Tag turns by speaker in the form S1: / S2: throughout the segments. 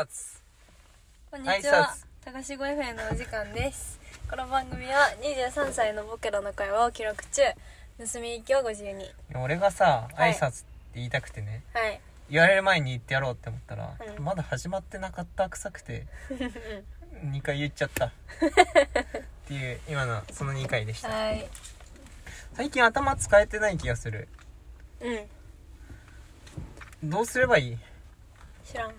S1: 立
S2: こんにち
S1: 挨
S2: は
S1: 拶。
S2: 高志 5FM のお時間です。この番組は23歳の僕らの会話を記録中、盗み行きを52。はい。
S1: つ俺がさ
S2: はい
S1: 挨拶って言いたくてね、言われる前に言ってやろうって思ったら、
S2: うん
S1: まだ始まってなかった臭く て2回言っちゃったっていう今のその2回でした、
S2: はい。
S1: 最近頭使えてない気がする
S2: うん。
S1: どうすればいい
S2: 知らん。うん。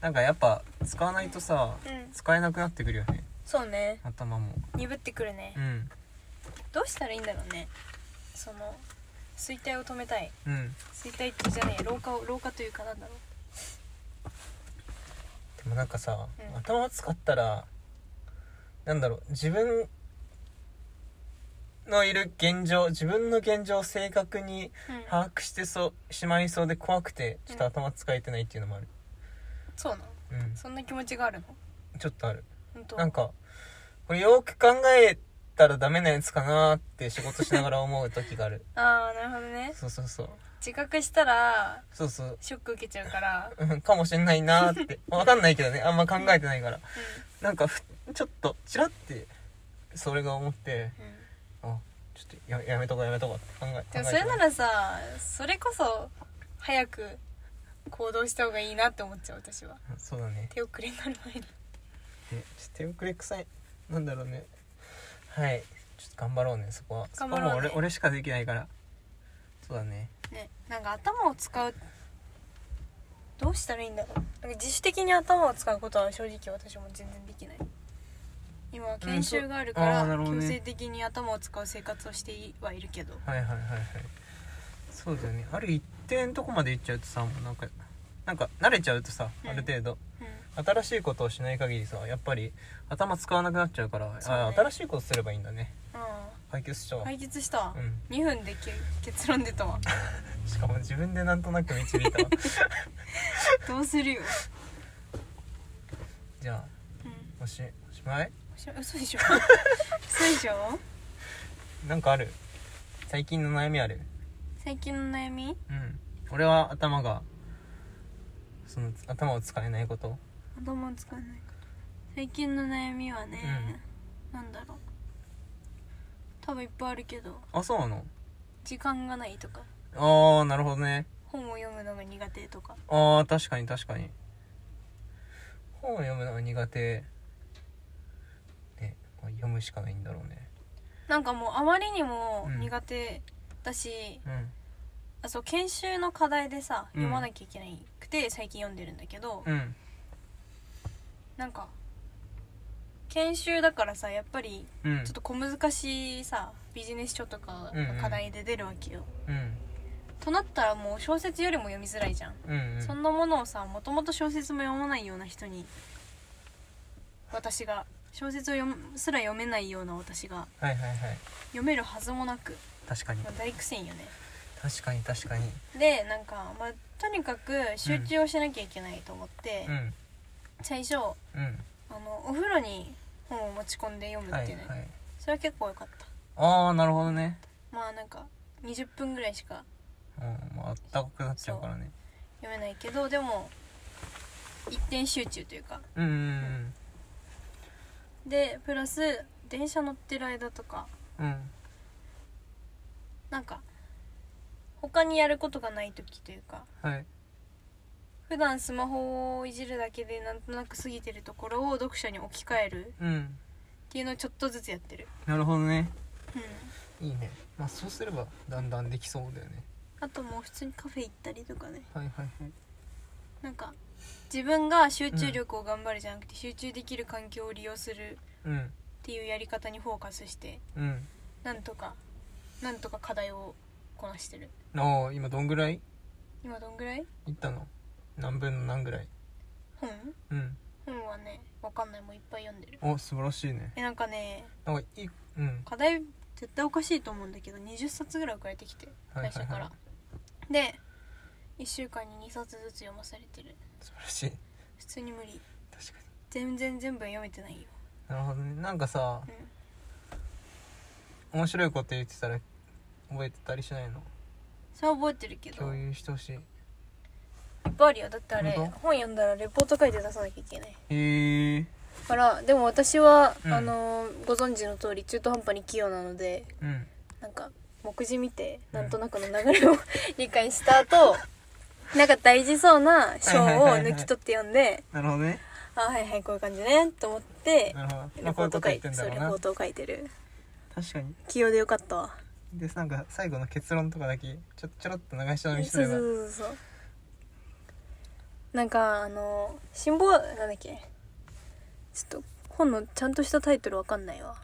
S1: なんかやっぱ使わないとさ使えなくなってくるよね
S2: そうね。
S1: 頭も
S2: 鈍ってくるね
S1: う。ん
S2: どうしたらいいんだろうね。その、衰退を止めたい。
S1: うん
S2: 衰退じゃねえ、老化を、老化というかなんだろ
S1: でもなんかさ、
S2: うん
S1: 頭使ったらなんだろう自分のいる現状自分の現状を正確に
S2: う。うん。
S1: 把握してそうしまいそうで怖くてちょっと
S2: うん
S1: 頭使えてないっていうのもある、
S2: そうなの
S1: うん、
S2: そんな気持ちがあるの
S1: ちょっとある
S2: 本当
S1: なんかこれよく考えたらダメなやつかなーって仕事しながら思う時があ る
S2: ああ、なるほどね。
S1: そうそうそう
S2: 自覚したら、
S1: そうそう
S2: ショック受けちゃうから。
S1: うんかもしんないなーって わかんないけどねあんま考えてないからなんかふちょっとちらってそれが思って
S2: うん。うん。
S1: あちょっとややめとこうやめとこうって考え
S2: でも
S1: 考え
S2: そ
S1: て
S2: れならさそれこそ早く行動した方がいいなって思っちゃう私は
S1: うんそうだね
S2: 手遅れになる前に
S1: ねちょっと手遅れ臭いなんだろうねはいちょっと頑張ろうねそこは
S2: 頑張ろうね
S1: そこはもう俺俺しかできないからそうだね
S2: ねなんか頭を使うどうしたらいいんだろうなんか自主的に頭を使うことは正直私も全然できない今は研修があるか
S1: う
S2: ら
S1: んそうあーなるほどね
S2: 強制的に頭を使う生活をしてはいるけど
S1: はいはいはいはいそうだよねある一定のとこまで行っちゃうとさもうなんかなんか慣れちゃうとさ
S2: うん
S1: ある程度、
S2: うん
S1: 新しいことをしない限りさやっぱり頭使わなくなっちゃうから
S2: そうね
S1: あ新しいことすればいいんだね
S2: う、
S1: 解決しちゃおうん
S2: 解決したわ、
S1: うん
S2: 2分でけ結論出た わ
S1: しかも自分でなんとなく導い たわ
S2: どうするよ、
S1: じゃあ
S2: うん、
S1: おしおしまい
S2: 嘘 でしょ嘘でしょ
S1: なんかある最近の悩みある
S2: 最近の悩み
S1: うん俺は頭がその頭を使えないこと
S2: 頭を使わないこと最近の悩みはね、なんだろう多分いっぱいあるけど
S1: あそうなの
S2: 時間がないとか
S1: ああなるほどね
S2: 本を読むのが苦手とか
S1: ああ確かに確かに本を読むのが苦手ねまあ読むしかないんだろうね
S2: なんかもうあまりにも
S1: うん
S2: 苦手だし、
S1: うん
S2: あそう研修の課題でさ
S1: うん
S2: 読まなきゃいけなくて最近読んでるんだけど、
S1: うん
S2: なんか研修だからさやっぱり
S1: うん
S2: ちょっと小難しいさビジネス書とかの課題で出るわけよ、
S1: うん
S2: となったらもう小説よりも読みづらいじゃん
S1: うんうん
S2: そんなものをさもともと小説も読まないような人に私が小説を読むすら読めないような私が
S1: はいはいはい
S2: 読めるはずもなく、
S1: 確かに
S2: まあ、大苦戦よね
S1: 確かに確かに
S2: でなんか、まあ、とにかく集中をしなきゃいけないと思って、
S1: うん
S2: 最初あ
S1: うん
S2: のお風呂に本を持ち込んで読む
S1: は
S2: っ
S1: い
S2: ていうね、
S1: はい
S2: それは結構良かった
S1: ああなるほどね
S2: まあなんか20分ぐらいしか
S1: うんまああったかくなっちゃうからね
S2: 読めないけどでも一点集中というか
S1: うんうん
S2: でプラス電車乗ってる間とか
S1: うんうん
S2: なんか他にやることがない時というか
S1: はい
S2: 普段スマホをいじるだけでなんとなく過ぎてるところを読書に置き換える
S1: うん
S2: っていうのをちょっとずつやってる、
S1: なるほどね
S2: うん、
S1: いいねまあそうすればだんだんできそうだよね
S2: あともう普通にカフェ行ったりとかね
S1: はいはいはい
S2: なんか自分が集中力を頑張るじゃなくて集中できる環境を利用する
S1: うん
S2: っていうやり方にフォーカスして
S1: うん
S2: なんとかなんとか課題をこなしてる
S1: ああ今どんぐらい
S2: 今どんぐらい
S1: いったの何分の何ぐらい
S2: 本
S1: うん
S2: 本はねわかんないもういっぱい読んでる
S1: お素晴らしいね
S2: えなんかね
S1: なんかいいうん
S2: 課題絶対おかしいと思うんだけど20冊ぐらい送られてきて
S1: はいはいは
S2: 会
S1: い
S2: 社から、で1週間に2冊ずつ読まされてる
S1: 素晴らしい
S2: 普通に無理
S1: 確かに
S2: 全然全部読めてないよ
S1: なるほどねなんかさ
S2: うん
S1: 面白いこと言ってたら覚えてたりしないの
S2: それは覚えてるけど
S1: 共有してほしい
S2: いっぱいあるよだってあれ
S1: 本
S2: 本
S1: 当
S2: 読んだらレポート書いて出さなきゃいけない
S1: へえ
S2: からでも私は、
S1: うん
S2: あのご存知の通り中途半端に器用なので
S1: うん
S2: なんか目次見て
S1: うん
S2: なんとなくの流れを 理解した後なんか大事そうな章を抜き取って読んで
S1: なるほどね
S2: あはいはいこういう感じねと思って
S1: なるほどま
S2: レ
S1: あこ
S2: ポ
S1: うい
S2: ー
S1: うこと
S2: ト書
S1: 言っ
S2: い
S1: て
S2: て
S1: んだ
S2: そ
S1: ろ
S2: う
S1: う
S2: レポ
S1: な
S2: ートを書いてる
S1: 確かに
S2: 器用でよかったわ
S1: でなんか最後の結論とかだけちょちょろっと流しちゃう
S2: そう
S1: にす
S2: そう
S1: れば
S2: そうそうなんかあの辛抱なんだっけちょっと本のちゃんとしたタイトルわかんないわ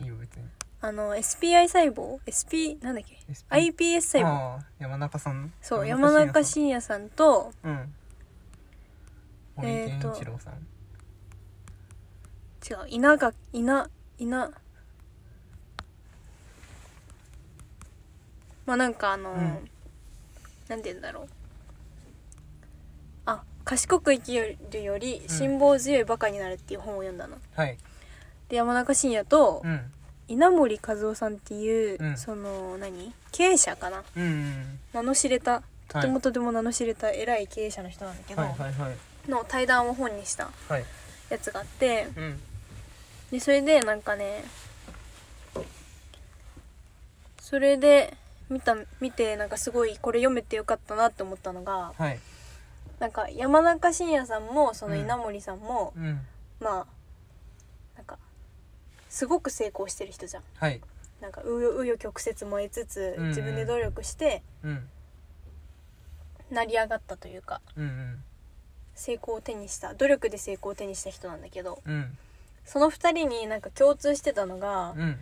S1: いいよ別に
S2: あの SPI 細胞 SP なんだっけ
S1: SP
S2: iPS 細胞
S1: ああ山中さん
S2: そう山中
S1: さ
S2: 伸也さんと
S1: んうん森
S2: え
S1: 健
S2: ーと
S1: 一郎さん
S2: 違う稲垣稲稲まあなんかあの、
S1: うん
S2: なんて言うんだろうあ賢く生きるより辛抱強いバカになるっていう本を読んだの、
S1: はい
S2: で山中伸也と
S1: うん
S2: 稲森和夫さんっていう、
S1: うん
S2: その何経営者かな
S1: うんうん
S2: 名の知れたと
S1: はい
S2: てもとても名の知れた偉い経営者の人なんだけど、
S1: はいはいはい
S2: の対談を本にした
S1: はい
S2: やつがあって
S1: うん
S2: でそれでなんかねそれで見た見てなんかすごいこれ読めてよかったなって思ったのが
S1: はい
S2: なんか山中伸也さんもその
S1: うん
S2: 稲森さんも、
S1: うん
S2: まあなんかすごく成功してる人じゃん。
S1: はい
S2: なんか紆余紆余曲折も得つつ
S1: うんうん
S2: 自分で努力して
S1: うん
S2: 成り上がったというか
S1: うん
S2: 成功を手にした努力で成功を手にした人なんだけど
S1: うんうん
S2: その2人になんか共通してたのが
S1: うん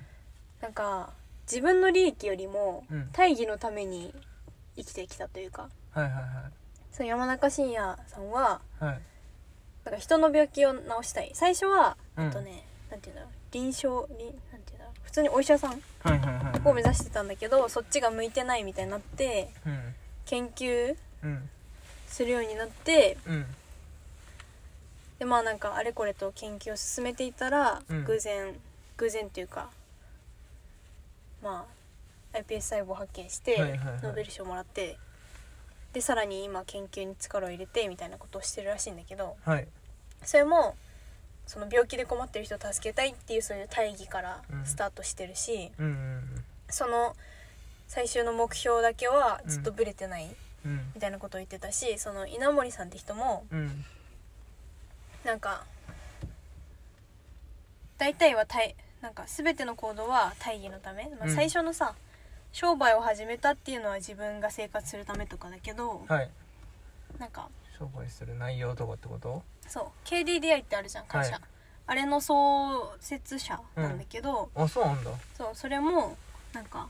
S2: なんか自分の利益よりも
S1: うん
S2: 大義のために生きてきたというか
S1: はいはい
S2: その山中伸也さんは
S1: はいはい
S2: なんか人の病気を治したい最初は、
S1: うん
S2: えっとねなんていうんだろう臨床臨なんていうんだろう普通にお医者さん
S1: はいはいはい
S2: を目指してたんだけどそっちが向いてないみたいになって
S1: うん
S2: 研究
S1: うん
S2: するようになって
S1: うん
S2: でまあなんかあれこれと研究を進めていたら、
S1: うん
S2: 偶然偶然っていうかまあ iPS 細胞を発見して、
S1: はいはいはい
S2: ノーベル賞をもらってでさらに今研究に力を入れてみたいなことをしてるらしいんだけど
S1: はい
S2: それもその病気で困ってる人を助けたいっていうそういう大義から
S1: うん
S2: スタートしてるし、
S1: うんうん
S2: その最終の目標だけはずっとブレてない
S1: うん
S2: みたいなことを言ってたし、その稲森さんって人も
S1: うん
S2: なんか大体はたいなんか全ての行動は大義のため、まあ、
S1: うん
S2: 最初のさ、商売を始めたっていうのは自分が生活するためとかだけど、
S1: はい
S2: なんか
S1: 商売する内容とかってこと
S2: そう KDDI ってあるじゃん会社、
S1: はい
S2: あれの創設者なんだけど、
S1: あそうなんだ
S2: そうそれもなんか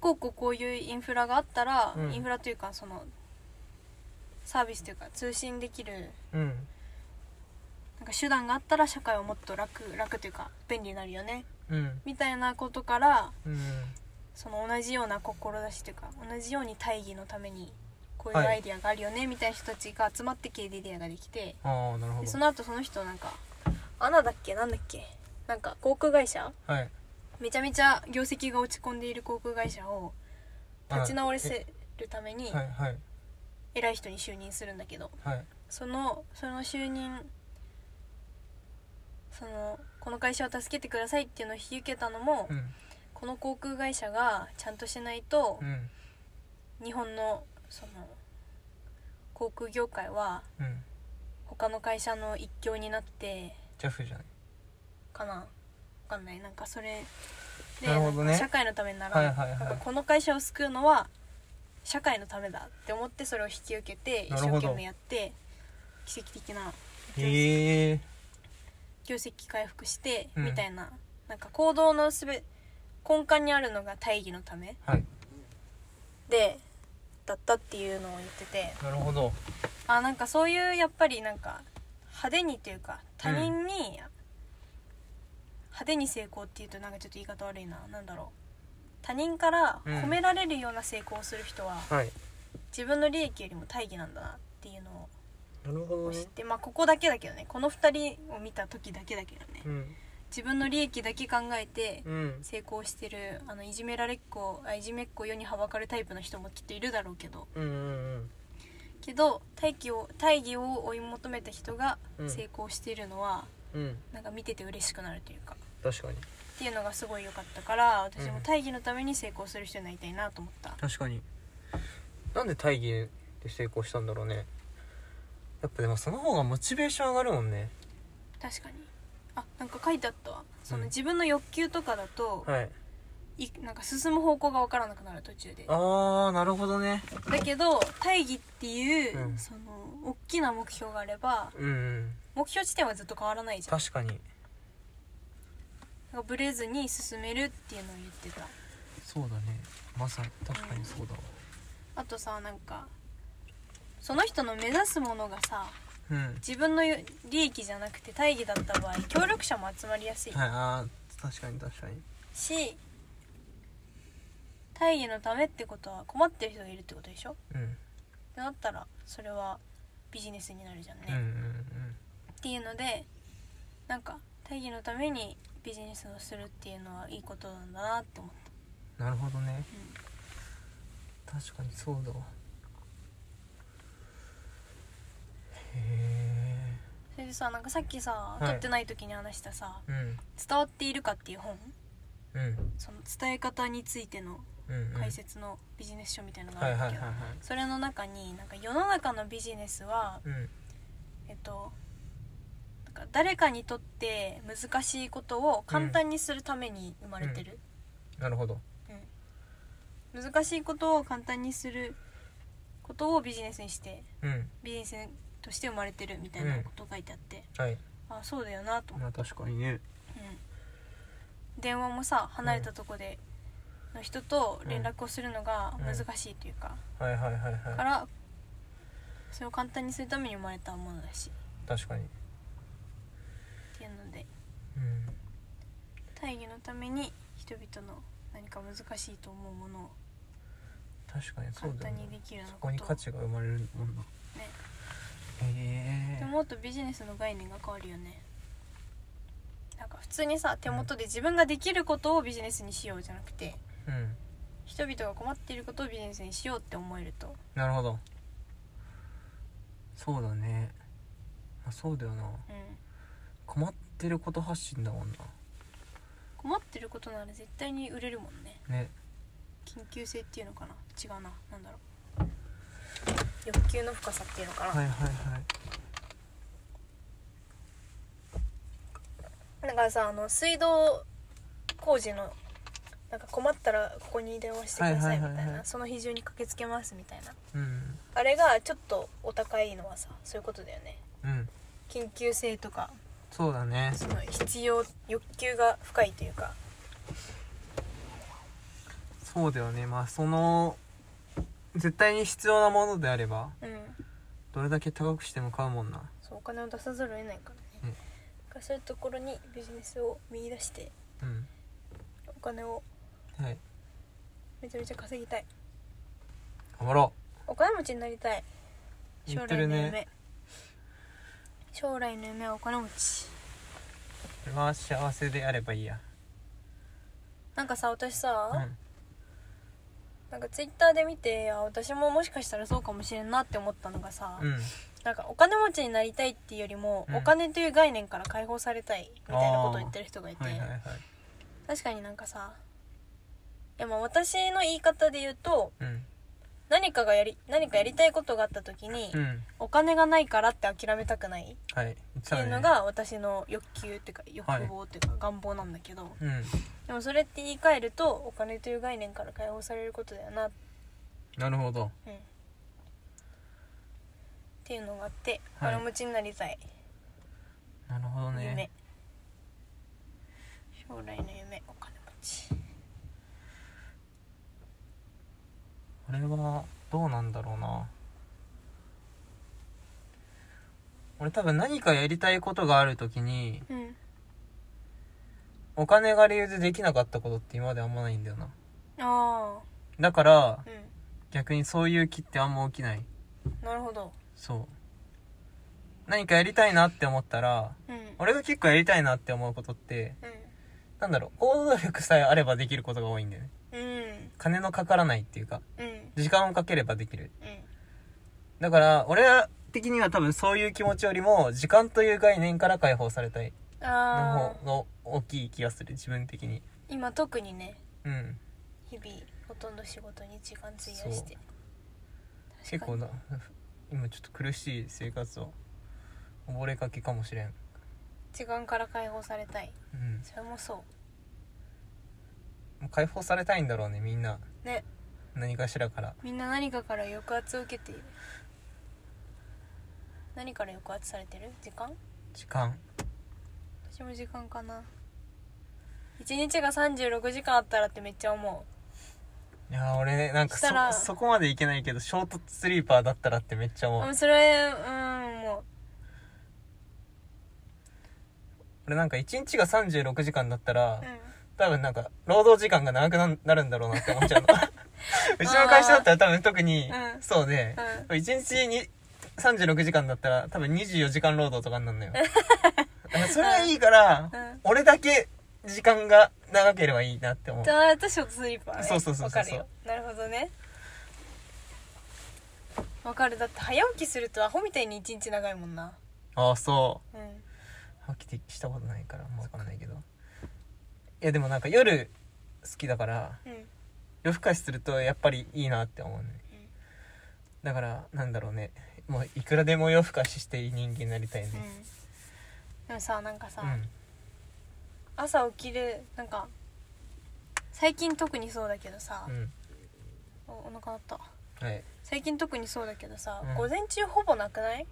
S2: こうこうこういうインフラがあったら、
S1: うん
S2: インフラというかそのサービスというか通信できる
S1: うん
S2: なんか手段があったら社会はもっと楽楽というか便利になるよね
S1: うん
S2: みたいなことから
S1: うん
S2: その同じような志というか同じように大義のためにこういう
S1: はい
S2: アイディアがあるよね、みたいな人たちが集まって KDDI ができて
S1: ああなるほ
S2: でそ
S1: ど
S2: の後その人なんかアナだっけなんだっけなんか航空会社
S1: はい
S2: めちゃめちゃ業績が落ち込んでいる航空会社を立ち直らせるために
S1: はいはい
S2: 偉い人に就任するんだけど
S1: はい
S2: そのその就任そのこの会社を助けてくださいっていうのを引き受けたのも、
S1: うん
S2: この航空会社がちゃんとしないと
S1: うん
S2: 日本のその航空業界は
S1: うん
S2: 他の会社の一強になって
S1: ジャフじゃない
S2: かなわかんないなんかそれで
S1: なるほどね
S2: なんか社会のためになら、
S1: はいはいはい
S2: なんかこの会社を救うのは社会のためだって思ってそれを引き受けて一
S1: なる
S2: 生
S1: ほど
S2: 懸命やって奇跡的な
S1: へえ
S2: 業績回復して
S1: うん
S2: みたいな,、なんか行動のすべ根幹にあるのが大義のため
S1: はい
S2: でだったっていうのを言ってて
S1: なるほど
S2: あなんかそういうやっぱりなんか派手にというか他人に、派手に成功っていうとなんかちょっと言い方悪いななんだろう他人から
S1: うん
S2: 褒められるような成功をする人は、
S1: はい
S2: 自分の利益よりも大義なんだなっていうの
S1: なるほ
S2: を知って、まあここだけだけどねこの2人を見た時だけだけどね、
S1: うん
S2: 自分の利益だけ考えて
S1: うん
S2: 成功してるあのいじめられっ子あいじめっ子世にはばかるタイプの人もきっといるだろうけど
S1: うんうんうん
S2: けど大義を大義を追い求めた人が
S1: うん
S2: 成功しているのは、
S1: うん
S2: なんか見てて嬉しくなるというか
S1: 確かに
S2: っていうのがすごい良かったから私
S1: う
S2: も
S1: ん
S2: 大義のために成功する人になりたいなと思った、
S1: 確かになんで大義で成功したんだろうねやっぱでもその方がモチベーション上がるもんね
S2: 確かにあなんか書いてあったわその
S1: うん
S2: 自分の欲求とかだと、
S1: はい
S2: いなんか進む方向が分からなくなる途中で
S1: あーなるほどね
S2: だけど大義っていう、
S1: うん
S2: その大きな目標があれば
S1: うん、うん、
S2: 目標地点はずっと変わらないじゃん
S1: 確かに
S2: なんかブレずに進めるっていうのを言ってた
S1: そうだねまさに確かにそうだわ
S2: あとさなんかその人の目指すものがさ
S1: うん
S2: 自分の利益じゃなくて大義だった場合協力者も集まりやすい
S1: はいあー確かに確かに
S2: し大義のためってことは困ってる人がいるってことでしょっ
S1: うん
S2: てなったらそれはビジネスになるじゃんね、
S1: うんうん
S2: っ、ていうのでなんか大義のためにビジネスをするっていうのはいいことなんだなって思っ
S1: うん、なるほどね、確かにそうだわへ
S2: たそれでさなんかさっきさ
S1: い
S2: 撮ってない時に話したさ
S1: えうん
S2: 「伝わっているか」っていう本
S1: うん
S2: その伝え方についての
S1: うんうん
S2: 解説のビジネス書みたいなのが
S1: は
S2: あ
S1: い
S2: る
S1: は
S2: ん
S1: いは
S2: だ
S1: い
S2: けど
S1: はい
S2: それの中になんか世の中のビジネスは
S1: うん
S2: えっとなんか誰かにとって難しいことを簡単にするために生まれてる、
S1: なるほど
S2: うん難しいことを簡単にすることをビジネスにして
S1: うん
S2: ビジネスとして生まれてるみたいなこと書いてあって、
S1: はい
S2: あそうだよなと思っ
S1: まあ確かにね
S2: て、うん、電話もさ離れたとこでの人と連絡をするのが難しいというか、
S1: はいはいはい
S2: か
S1: は
S2: らそれを簡単にするために生まれたものだし
S1: い確かに
S2: っていうので
S1: うん
S2: 大義のために人々の何か難しいと思うものを
S1: 確かにそ
S2: 簡
S1: うだよ
S2: 単にで
S1: ね
S2: きるよう
S1: そ
S2: なこ
S1: ことに価
S2: を
S1: 値が生まれるもんな
S2: ね
S1: へ
S2: で
S1: え
S2: もっとビジネスの概念が変わるよねなんか普通にさ手元で自分ができることをビジネスにしようじゃなくて
S1: うん
S2: 人々が困っていることをビジネスにしようって思えると
S1: なるほどそうだねあそうだよな
S2: うん
S1: 困ってること発信だもんな
S2: 困ってることなら絶対に売れるもんね
S1: ね
S2: 緊急性っていうのかな違うななんだろう欲求の深さっていうのかな、
S1: はいはいはい
S2: だからさあの水道工事のなんか困ったらここに電話してくださいみた
S1: はいは
S2: いな、
S1: いはいはい
S2: その日中に駆けつけますみたいな
S1: うん
S2: あれがちょっとお高いのはさそういうことだよね
S1: うん
S2: 緊急性とか
S1: そうだね
S2: その必要欲求が深いというか
S1: そうだよねまあその絶対に必要なものであれば
S2: うん
S1: どれだけ高くしても買うもんな
S2: そうお金を出さざるを得ないから
S1: うん
S2: ね、だからそういうところにビジネスを見出して
S1: うん
S2: お金を
S1: はい
S2: めちゃめちゃ稼ぎたい
S1: 頑張ろ
S2: お金持ちになりたいう将
S1: て
S2: 来
S1: る
S2: の
S1: ね
S2: 夢、将来の夢はお金持ち
S1: 俺は幸せであればいいや
S2: なんかさ私さ、
S1: うん
S2: なんかツイッターで見てあ私ももしかしたらそうかもしれんなって思ったのがさ、
S1: うん
S2: なんかお金持ちになりたいっていうよりも、
S1: うん
S2: お金という概念から解放されたいみたいなことを言ってる人がいて、
S1: はいはいはい
S2: 確かになんかさいやまあ私の言い方で言うと
S1: うん
S2: 何かがやり何かやりたいことがあった時に、
S1: うん
S2: お金がないからって諦めたくないっ
S1: はいって
S2: いうのが私の欲求っていうか欲望っていうか願望なんだけど、
S1: うん
S2: でもそれって言い換えるとお金という概念から解放されることだよなっ
S1: なるほど
S2: うんっていうのがあってお
S1: はい
S2: 金持ちになりたい、
S1: なるほどね
S2: 夢将来の夢お金持ち
S1: 俺はどうなんだろうな俺多分何かやりたいことがある時に
S2: うん
S1: お金が理由でできなかったことって今まであんまないんだよな
S2: あ
S1: だから
S2: あう
S1: 逆にそういう気ってあんま起きない
S2: んなるほど
S1: そう何かやりたいなって思ったら
S2: うんうん
S1: 俺が結構やりたいなって思うことってなんだろう行動力さえあればできることが多いんだよね
S2: うん
S1: 金のかからないっていうか
S2: うん
S1: 時間をかければできる
S2: うん
S1: だから俺ら的には多分そういう気持ちよりも時間という概念から解放されたいの
S2: ああ
S1: 方が大きい気がする自分的に
S2: 今特にね
S1: うん
S2: 日々ほとんど仕事に時間費やして
S1: 結構な今ちょっと苦しい生活を溺れかけかもしれん
S2: 時間から解放されたい
S1: うん
S2: それもそ
S1: もう解放されたいんだろうねみんな
S2: うね
S1: 何かしらから
S2: みんな何かから抑圧を受けている何から抑圧されてる時間
S1: 時間
S2: 私も時間かな一日が36時間あったらってめっちゃ思
S1: いやー俺ねなんか
S2: したら
S1: そそこまでいけないけどショートスリーパーだったらってめっちゃ
S2: う
S1: 思う、
S2: うんそれうんも
S1: 俺なんか1日が36時間だったら、
S2: ううん
S1: 多分なんか労働時間が長くななるんだろうなって思っ ちゃうのうちの会社だったら多分特に
S2: うん
S1: そうで、
S2: う
S1: 1日に36時間だったら多分24時間労働とかになるの よそれはいいから、
S2: うん
S1: 俺だけ時間が長ければいいなって思う
S2: じゃあとショートスリーパーね
S1: そうそうそうそう
S2: わかるよなるほどねわかるだって早起きするとアホみたいに一日長いもんな
S1: ああそう
S2: うん
S1: はっきりしたことないから分かんないけどいやでもなんか夜好きだから
S2: うん
S1: 夜更かしするとやっぱりいいなって思うね、だからなんだろうねもういくらでも夜更かししていい人間になりたい
S2: うん
S1: ね
S2: でもさなんかさ、
S1: うん、
S2: 朝起きるなんか最近特にそうだけどさ、
S1: うん、
S2: おお腹鳴った
S1: はい
S2: 最近特にそうだけどさ、
S1: うん
S2: 午前中ほぼなくない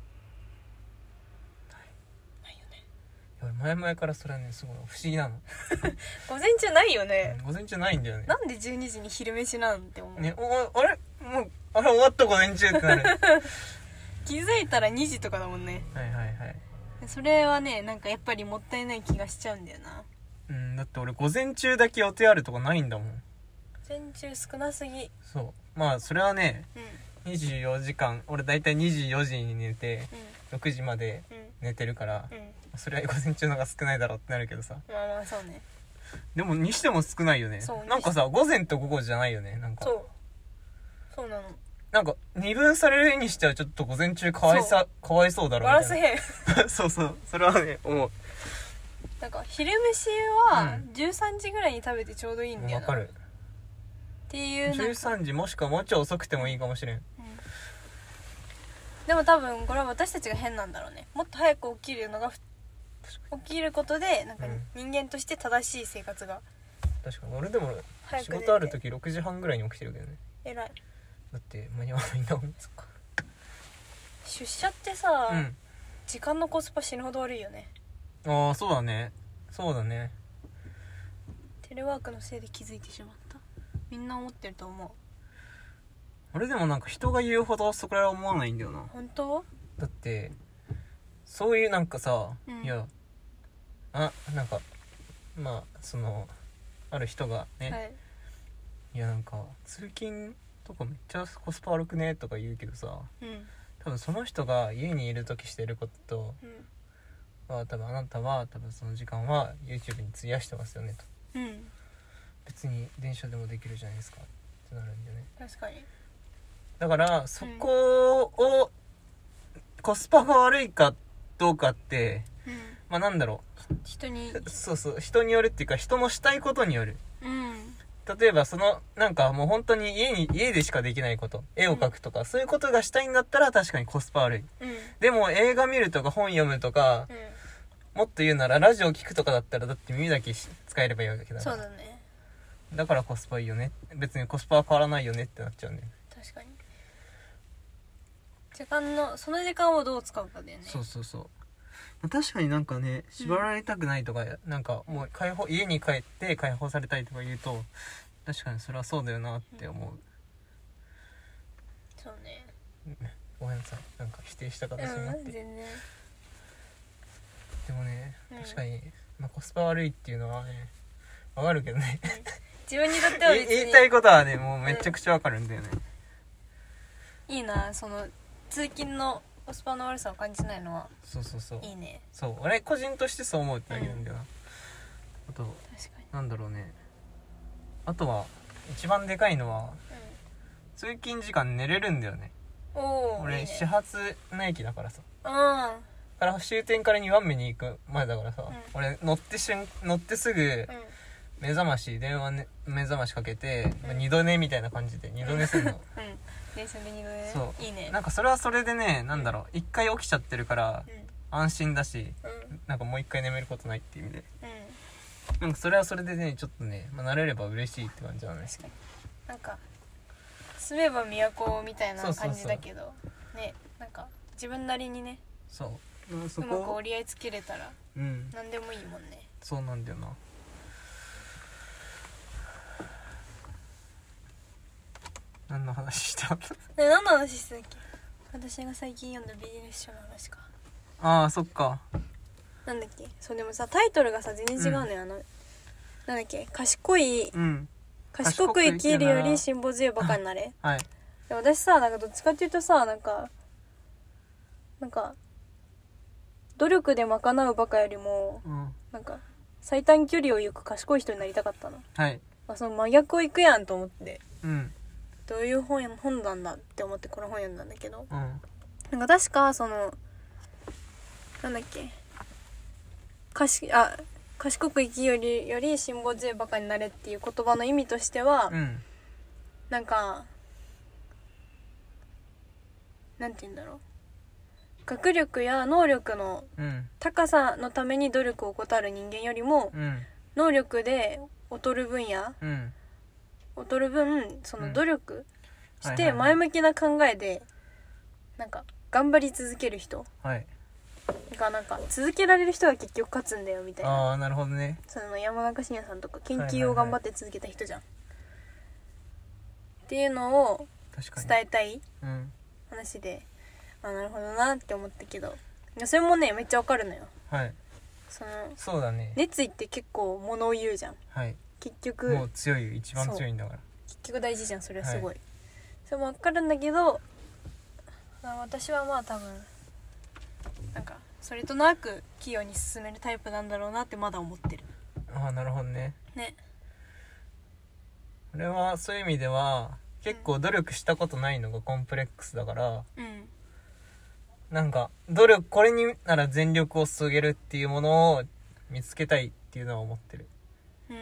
S2: ないよね
S1: 俺前々からそれはねすごい不思議なの、
S2: 午前中ないよね、
S1: 午前中ないんだよね
S2: なんで12時に昼飯なんて思う、
S1: ねおおあれもうあれ終わった午前中ってなるはい
S2: 気づいたら2時とかだもんね
S1: はいはい
S2: それはねなんかやっぱりもったいない気がしちゃうんだよな
S1: うんだって俺午前中だけ予定あるとかないんだもん
S2: 午前中少なすぎ
S1: そうまあそれはね
S2: うん
S1: 24時間俺大体24時に寝て6時まで
S2: うんうん
S1: 寝てるから
S2: うん
S1: それは午前中の方が少ないだろうってなるけどさ
S2: まあまあそうね
S1: でもにしても少ないよね
S2: そう
S1: なんかさ午前と午後じゃないよねなんか
S2: そうそうなの
S1: なんか二分されるにしてはちょっと午前中かわいさかわいそうだろ
S2: バランス
S1: み
S2: 変
S1: たいな そうそうそれはね思う
S2: なんか昼飯は
S1: うん
S2: 13時ぐらいに食べてちょうどいいんだよ
S1: わ
S2: な
S1: かる
S2: っていうなんか、
S1: 13時もしくはもうちょい遅くてもいいかもしれん
S2: うんでも多分これは私たちが変なんだろうねもっと早く起きるのがふ起きることでなんか
S1: うん
S2: 人間として正しい生活が
S1: 確かに俺でも
S2: 早
S1: 仕
S2: く寝て
S1: 事ある時6時半ぐらいに起きてるけどね
S2: 偉い
S1: だって間に合わないんだもん
S2: 出社ってさ、
S1: うん
S2: 時間のコスパ死ぬほど悪いよね
S1: ああそうだねそうだね
S2: テレワークのせいで気づいてしまったみんな思ってると思う
S1: 俺でもなんか人が言うほどそこらは思わないんだよな
S2: 本当
S1: だってそういうなんかさ、
S2: うん
S1: いやあなんかまあそのある人がね、、
S2: はいい
S1: やなんか通勤とかめっちゃコスパ悪くねとか言うけどさ
S2: うん
S1: 多分その人が家にいる時してること
S2: うん
S1: とは多分あなたは多分その時間は YouTube に費やしてますよねと
S2: うん
S1: 別に電車でもできるじゃないですかってなるんだよね
S2: 確かに
S1: だからそこをコスパが悪いかどうかって
S2: うん
S1: まあなんだろう
S2: 人 に
S1: そうそう人によるっていうか人のしたいことによる
S2: うん
S1: 例えばそのなんかもう本当に家に家でしかできないこと絵を描くとか、そういうことがしたいんだったら確かにコスパ悪い
S2: うん
S1: でも映画見るとか本読むとか
S2: う、
S1: もっと言うならラジオ聞くとかだったらだって耳だけし使えればいいわけだ
S2: ん
S1: か
S2: そ
S1: ら
S2: うだね
S1: だからコスパいいよね別にコスパは変わらないよねってなっちゃうんだよね
S2: 確かに時間のその時間をどう使うかだよね
S1: そうそうそう確かになんかね縛られたくないとか、なんかもう解放家に帰って解放されたいとか言うと確かにそれはそうだよなって思う、
S2: そうね
S1: ごめんなさいなんか否定した形になっ
S2: うん
S1: て、
S2: 全然
S1: でもね
S2: うん
S1: 確かに、まあ、コスパ悪いっていうのはねわかるけどね
S2: 自分にとっては別
S1: い言いたい
S2: に
S1: ことはねもうめちゃくちゃわかるんだよね、
S2: いいなその通勤のコスパの悪さを感じないのは
S1: そうそうそう
S2: いいね
S1: そう俺個人としてそう思うってだけなんだよな、あと
S2: 確かに
S1: なんだろうねあとは一番でかいのは
S2: うん
S1: 通勤時間寝れるんだよね
S2: おお
S1: 俺始発の駅だからさ
S2: うんうん
S1: だから終点から2番目に行く前だからさ、
S2: うん
S1: 俺乗ってしゅん乗ってすぐ目覚まし電話、ね、目覚ましかけて、
S2: うん
S1: まあ二度寝みたいな感じで二度寝するの、
S2: うん電車で二度ね
S1: そう
S2: いいね
S1: なんかそれはそれでねなんだろう一回起きちゃってるから
S2: う
S1: 安心だし
S2: んうん
S1: なんかもう一回眠ることないっていう意味で
S2: うん
S1: なんかそれはそれでねちょっとね、まあ、慣れれば嬉しいって感じなんですけど
S2: なんか住めば都みたい
S1: そ
S2: な
S1: うそうそう
S2: 感じだけどねなんか自分なりにね
S1: そう、まあ、そう
S2: まく
S1: こ
S2: 折り合いつけれたら
S1: うん
S2: 何でもいいもんね
S1: そうなんだよな何の話した
S2: え何の話してたっけ私が最近読んだビジネス書の話か
S1: ああそっか
S2: なんだっけそうでもさタイトルがさ全然違うのよ、あのなんだっけ賢い
S1: うん
S2: 賢く生きるより辛抱強いバカになれ
S1: はい
S2: で私さなんかどっちかっていうとさなんかなんか努力で賄うバカよりも
S1: うん
S2: なんか最短距離を行く賢い人になりたかったの
S1: はい
S2: あその真逆を行くやんと思って
S1: うん
S2: どういう本や本なんだって思ってこの本読んだんだけど
S1: うん
S2: なんか確かそのなんだっけかしあ賢く生きよりより辛抱強いバカになれっていう言葉の意味としては、
S1: うん
S2: なんかなんて言うんだろう学力や能力の
S1: うん
S2: 高さのために努力を怠る人間よりも
S1: うん
S2: 能力で劣る分野
S1: うん
S2: 劣る分その努力
S1: うん
S2: し
S1: はい
S2: て
S1: はいはい
S2: 前向きな考えでなんか頑張り続ける人
S1: はい
S2: がなんか続けられる人が結局勝つんだよみたいな
S1: ああなるほどね
S2: その山中伸也さんとか研
S1: はいはいは
S2: 究
S1: い
S2: を頑張って続けた人じゃん。っていうのを
S1: 確かに
S2: 伝えたい
S1: うん
S2: 話であなるほどなって思ったけどいやそれもねめっちゃわかるのよ
S1: はい
S2: その
S1: そうだね
S2: 熱意って結構物を言うじゃん
S1: はい
S2: 結局
S1: もう強いよ一番強いんだから
S2: 結局大事じゃんそれはすごい、それもわかるんだけどまあ私はまあ多分なんかそれとなく器用に進めるタイプなんだろうなってまだ思ってる
S1: ああなるほどね
S2: ね
S1: 俺はそういう意味では結構努力したことないのがコンプレックスだから
S2: うん
S1: なんか努力これになら全力を注げるっていうものを見つけたいっていうのは思ってる
S2: うん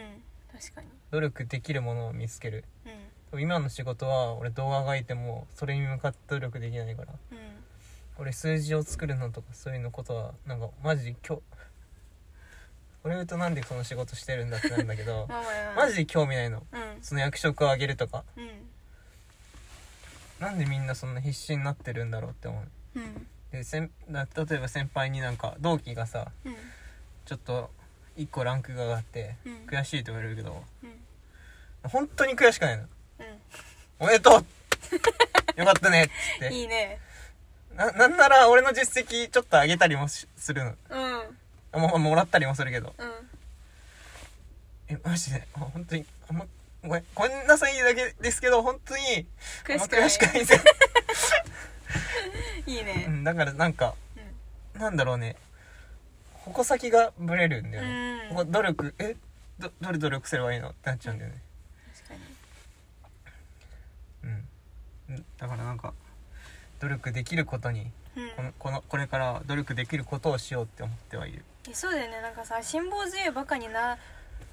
S2: 確かに
S1: 努力できるものを見つける
S2: う
S1: でも今の仕事は俺動画がいてもそれに向かって努力できないから
S2: んうん
S1: 俺数字を作るのとかそういうのことはなんかマジ今日 俺言うとなんでこの仕事してるんだってなんだけど
S2: まあまあまあ
S1: マジで興味ないの
S2: うん
S1: その役職を上げるとか
S2: うん
S1: なんでみんなそんな必死になってるんだろうって思う
S2: うん
S1: で先だ例えば先輩になんか同期がさ
S2: うん
S1: ちょっと1個ランクが上がって
S2: うん
S1: 悔しいと言われるけど
S2: うん
S1: 本当に悔しくないの
S2: うん
S1: おめでとう よかったねっつっ
S2: い
S1: て
S2: いね
S1: ななんなら俺の実績ちょっと上げたりもしするの
S2: うん
S1: あもうもらったりもするけど
S2: うん
S1: えマジであ本当にあんまごめんごめんなさいだけですけど本当にあんま
S2: 悔
S1: 悔
S2: し
S1: し
S2: く
S1: く
S2: ない
S1: ない ぜ
S2: いいうね
S1: んだからなんか
S2: うん
S1: なんだろうね矛先がぶれるんだよね、
S2: うん
S1: ここ努力えどどれ努力すればいいのってなっちゃうんだよね
S2: 確かに
S1: うんんだからなんか努力できることに
S2: うん
S1: このこのこれからは努力できることをしようって思ってはいる
S2: えそうだよねなんかさ辛抱強いバカにな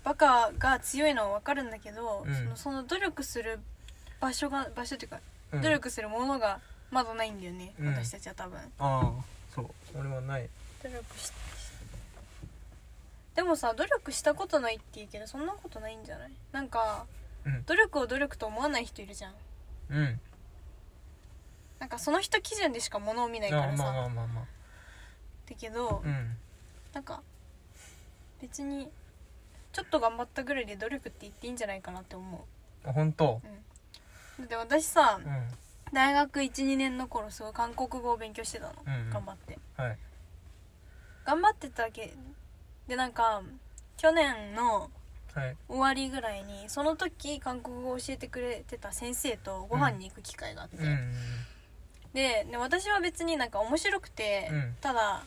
S2: バカが強いのは分かるんだけど、
S1: うん
S2: そのその努力する場所が場所っていうか、
S1: うん
S2: 努力するものがまだないんだよね、
S1: うん
S2: 私たちは多分
S1: ああそう俺はない
S2: 努力しでもさ努力したことないって言うけどそんなことないんじゃないなんか
S1: うん
S2: 努力を努力と思わない人いるじゃん
S1: うん
S2: なんかその人基準でしか物を見ないか
S1: あ
S2: らさ、
S1: まあまあまあまあ
S2: だけど、
S1: うん
S2: なんか別にちょっと頑張ったぐらいで努力って言っていいんじゃないかなって思う
S1: あ本当
S2: だって私さ
S1: うん
S2: 大学12年の頃すごい韓国語を勉強してたの、
S1: うんうん
S2: 頑張って
S1: はい
S2: 頑張ってただけでなんか去年の
S1: はい
S2: 終わりぐらいにその時韓国語を教えてくれてた先生とご飯に行く機会があって、
S1: うんうん
S2: でで私は別になんか面白くて、
S1: うん
S2: ただ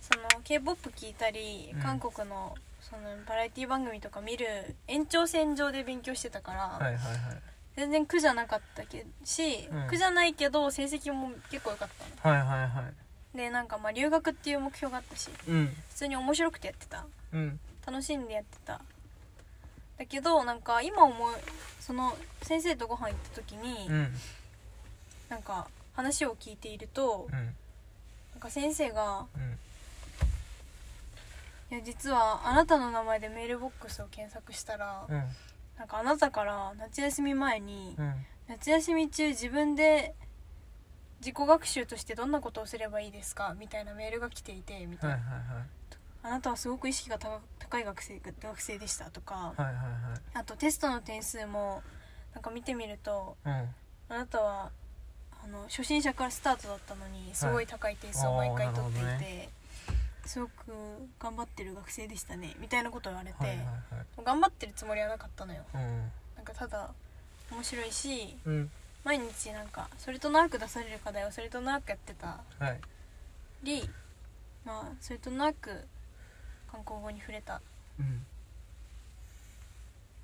S2: その k p o p 聞いたり、
S1: うん
S2: 韓国のそのバラエティ番組とか見る延長線上で勉強してたから、
S1: はいはいはい
S2: 全然苦じゃなかったけし、
S1: うん
S2: 苦じゃないけど成績も結構良かったの
S1: はいはいはい
S2: でなんかまあ留学っていう目標があったし
S1: うん
S2: 普通に面白くてやってた
S1: うん
S2: 楽しんでやってただけどなんか今思うその先生とご飯行った時に、
S1: うん
S2: なんか話を聞いていると、
S1: うん
S2: なんか先生が
S1: うん
S2: 「いや実はあなたの名前でメールボックスを検索したら、
S1: うん
S2: なんかあなたから夏休み前に、
S1: うん
S2: 夏休み中自分で自己学習としてどんなことをすればいいですかみたいなメールが来ていてみた
S1: はいいはい
S2: な、
S1: はい
S2: あなたはすごく意識が高高い学生学生でしたとか、
S1: はいはい
S2: あとテストの点数もなんか見てみると
S1: はいうん
S2: あなたはあの初心者からスタートだったのにすごい高い点数を毎回取ってい
S1: あ
S2: て、
S1: ーなるほど
S2: すごく頑張ってる学生でしたねみたいなことを言われて、
S1: はいはいはい
S2: 頑張ってるつもりはなかったのよ
S1: うん
S2: なんかただ面白いし
S1: うん
S2: 毎日なんかそれとなく出される課題をそれとなくやってた
S1: はい
S2: りまあそれとなく韓国語に触れた
S1: うん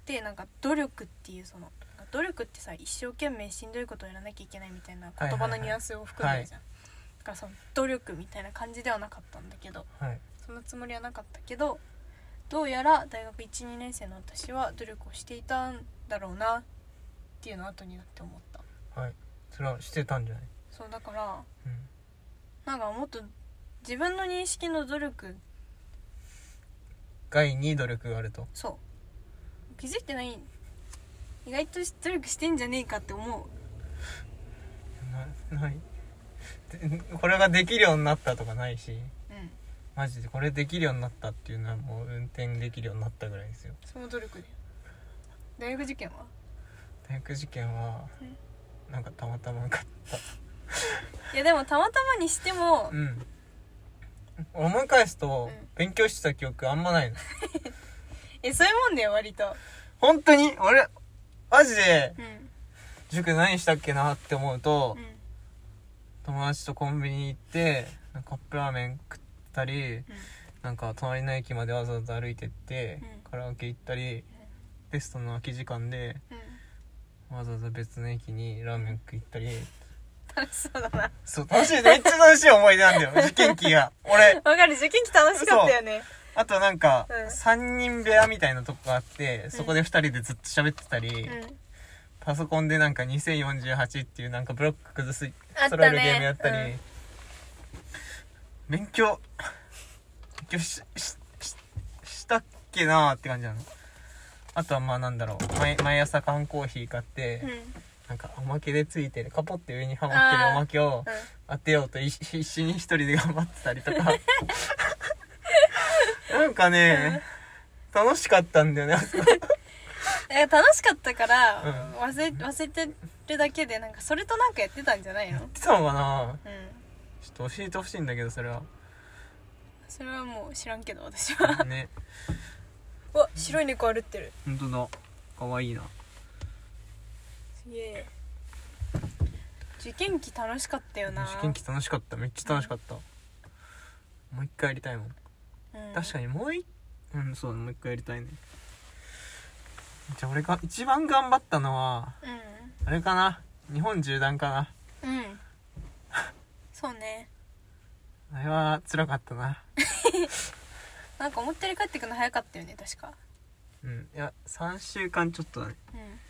S2: でなんか努力っていうそのなんか努力ってさ一生懸命しんどいことをやらなきゃいけないみたいな言葉のニュアンスを含んでるじゃん、だからその努力みたいな感じではなかったんだけど
S1: はい
S2: そのつもりはなかったけどどうやら大学12年生の私は努力をしていたんだろうなっていうのを後になって思った
S1: はいそれはしてたんじゃない
S2: そうだから
S1: うん
S2: なんかもっと自分の認識の努力
S1: 外に努力があると
S2: そう気づいてない意外と努力してんじゃねえかって思
S1: なないでこれができるようになったとかないし
S2: ううん
S1: マジでこれできるようになったっていうのはもう運転できるようになったぐらいですよ
S2: その努力で大学受験は
S1: 大学受験はなんかたまたま受かっ
S2: いやでもたまたまにしても、
S1: たうん思い返すと
S2: うん
S1: 勉強してた記憶あんまないの
S2: えそういうもんだよ割と
S1: 本当に俺マジで
S2: うん
S1: 塾何したっけなって思うと
S2: うん
S1: 友達とコンビニ行ってなんかカップラーメン食ったりなんか隣の駅までわざわざ歩いてって
S2: うん
S1: カラオケ行ったりテストの空き時間で
S2: うんうん
S1: わざわざ別の駅にラーメン食い行ったり
S2: 楽しそうだな
S1: そう楽しいめっちゃ楽しい思い出なんだよ 受験期が俺
S2: わかる受験期楽しかったよね
S1: あとなんか、
S2: うん
S1: 3人部屋みたいなとこがあってそこで2人でずっと喋ってたり、
S2: うん
S1: パソコンでなんか2048っていうなんかブロック崩す
S2: あったね
S1: 揃えるゲームやったり
S2: うん
S1: 勉強勉強ししししたっけなーって感じなのあとはまあなんだろう毎毎朝缶コーヒー買って、
S2: うんうん
S1: なんかおまけでついてるカポって上にハマってるおまけを当てようとい必死に一人で頑張ってたりとか なんかね、楽しかったんだよねあそこ
S2: え楽しかったから、
S1: うん
S2: 忘れ忘れてるだけでなんかそれとなんかやってたんじゃないの
S1: 来たのかな
S2: うん
S1: ちょっと教えてほしいんだけどそれは
S2: それはもう知らんけど私は
S1: ね
S2: うわ白い猫歩ってる
S1: 本当だ可愛いな
S2: すげえ受験期楽しかったよな
S1: 受験期楽しかっためっちゃ楽しかった、もう一回やりたいもん、
S2: うん
S1: 確かにもういうんそうだもう一回やりたいねじゃあ俺が一番頑張ったのはあれかな日本縦断かな
S2: うんうんそうね
S1: あれは辛かったな
S2: なんか思ったより帰ってくの早かったよね確か
S1: うんいや3週間ちょっとだね
S2: うんうん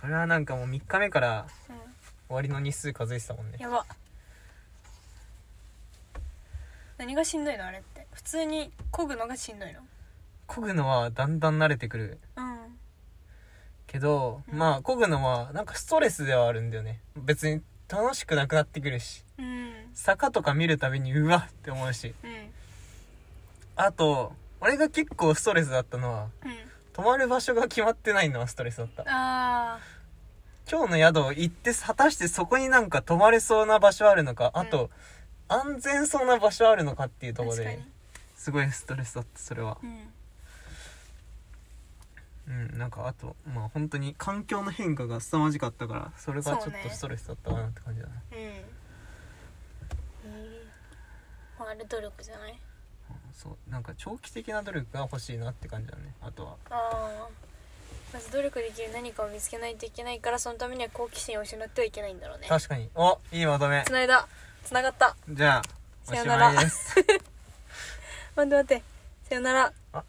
S1: あれはなんかもう3日目から終わりの日数数えてたもんね
S2: やば何がしんどいのあれって普通に漕ぐのがしんどいの
S1: 漕ぐのはだんだん慣れてくる
S2: うん
S1: けど、
S2: うん
S1: まあ漕ぐのはなんかストレスではあるんだよね別に楽しくなくなってくるし
S2: うん
S1: 坂とか見るたびにうわっって思うし
S2: うん
S1: あと俺が結構ストレスだったのは
S2: うん
S1: 泊まる場所が決まってないのはストレスだった
S2: あ
S1: 今日の宿行って果たしてそこになんか泊まれそうな場所あるのかあと、安全そうな場所あるのかっていう
S2: ー
S1: ところ
S2: 確か
S1: で
S2: に
S1: すごいストレスだったそれは
S2: うん
S1: うんなんかあとまあ本当に環境の変化が凄まじかったからそれがちょ
S2: そう
S1: っ
S2: ね
S1: とストレスだったかなって感じだな、
S2: うんへえあれ努力じゃない
S1: そうなんか長期的な努力が欲しいなって感じだねあとは
S2: ああまず努力できる何かを見つけないといけないからそのためには好奇心を失ってはいけないんだろうね
S1: 確かにおいいまとめ
S2: つないだつながった
S1: じゃあお
S2: さ
S1: し
S2: よなら
S1: まいです
S2: 待って待ってさよなら